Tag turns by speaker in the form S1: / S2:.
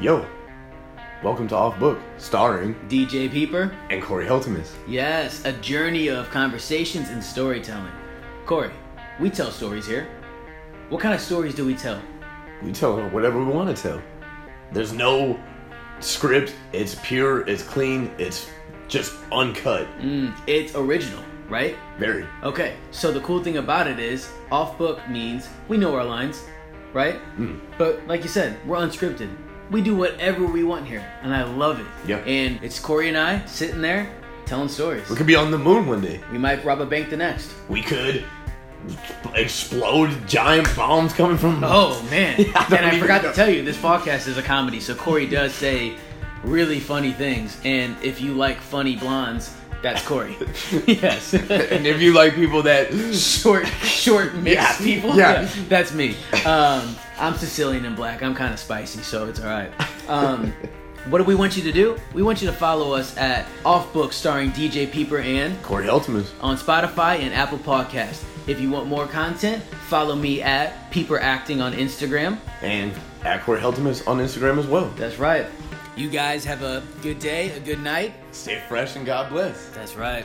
S1: Yo, welcome to Off Book, starring
S2: DJ Peeper?
S1: and Corey Heltemus.
S2: Yes, a journey of conversations and storytelling. Corey, we tell stories here. What kind of stories do we tell?
S1: We tell whatever we want to tell. There's no script. It's pure. It's clean. It's just uncut.
S2: Mm, it's original, right?
S1: Very.
S2: Okay, so the cool thing about it is off book means we know our lines, right?
S1: Mm.
S2: But like you said, we're unscripted. We do whatever we want here, and I love it.
S1: Yeah.
S2: And it's Corey and I sitting there telling stories.
S1: We could be on the moon one day.
S2: We might rob a bank the next.
S1: We could explode giant bombs coming from.
S2: Oh man!
S1: I don't
S2: and I
S1: even
S2: forgot
S1: know.
S2: to tell you, this podcast is a comedy, so Corey does say really funny things. And if you like funny blondes, that's Corey. yes.
S1: and if you like people that,
S2: short, short mixed
S1: Yeah.
S2: people.
S1: Yeah.
S2: that's me. Um, I'm Sicilian and black. I'm kind of spicy, so it's all right. Um, what do we want you to do? We want you to follow us at Off Book, starring DJ Peeper and
S1: Corey Heltemus.
S2: on Spotify and Apple Podcasts. If you want more content, follow me at Peeper Acting on Instagram.
S1: and at Corey Heltemus on Instagram as well.
S2: That's right. You guys have a good day, a good night.
S1: Stay fresh and God bless.
S2: That's right.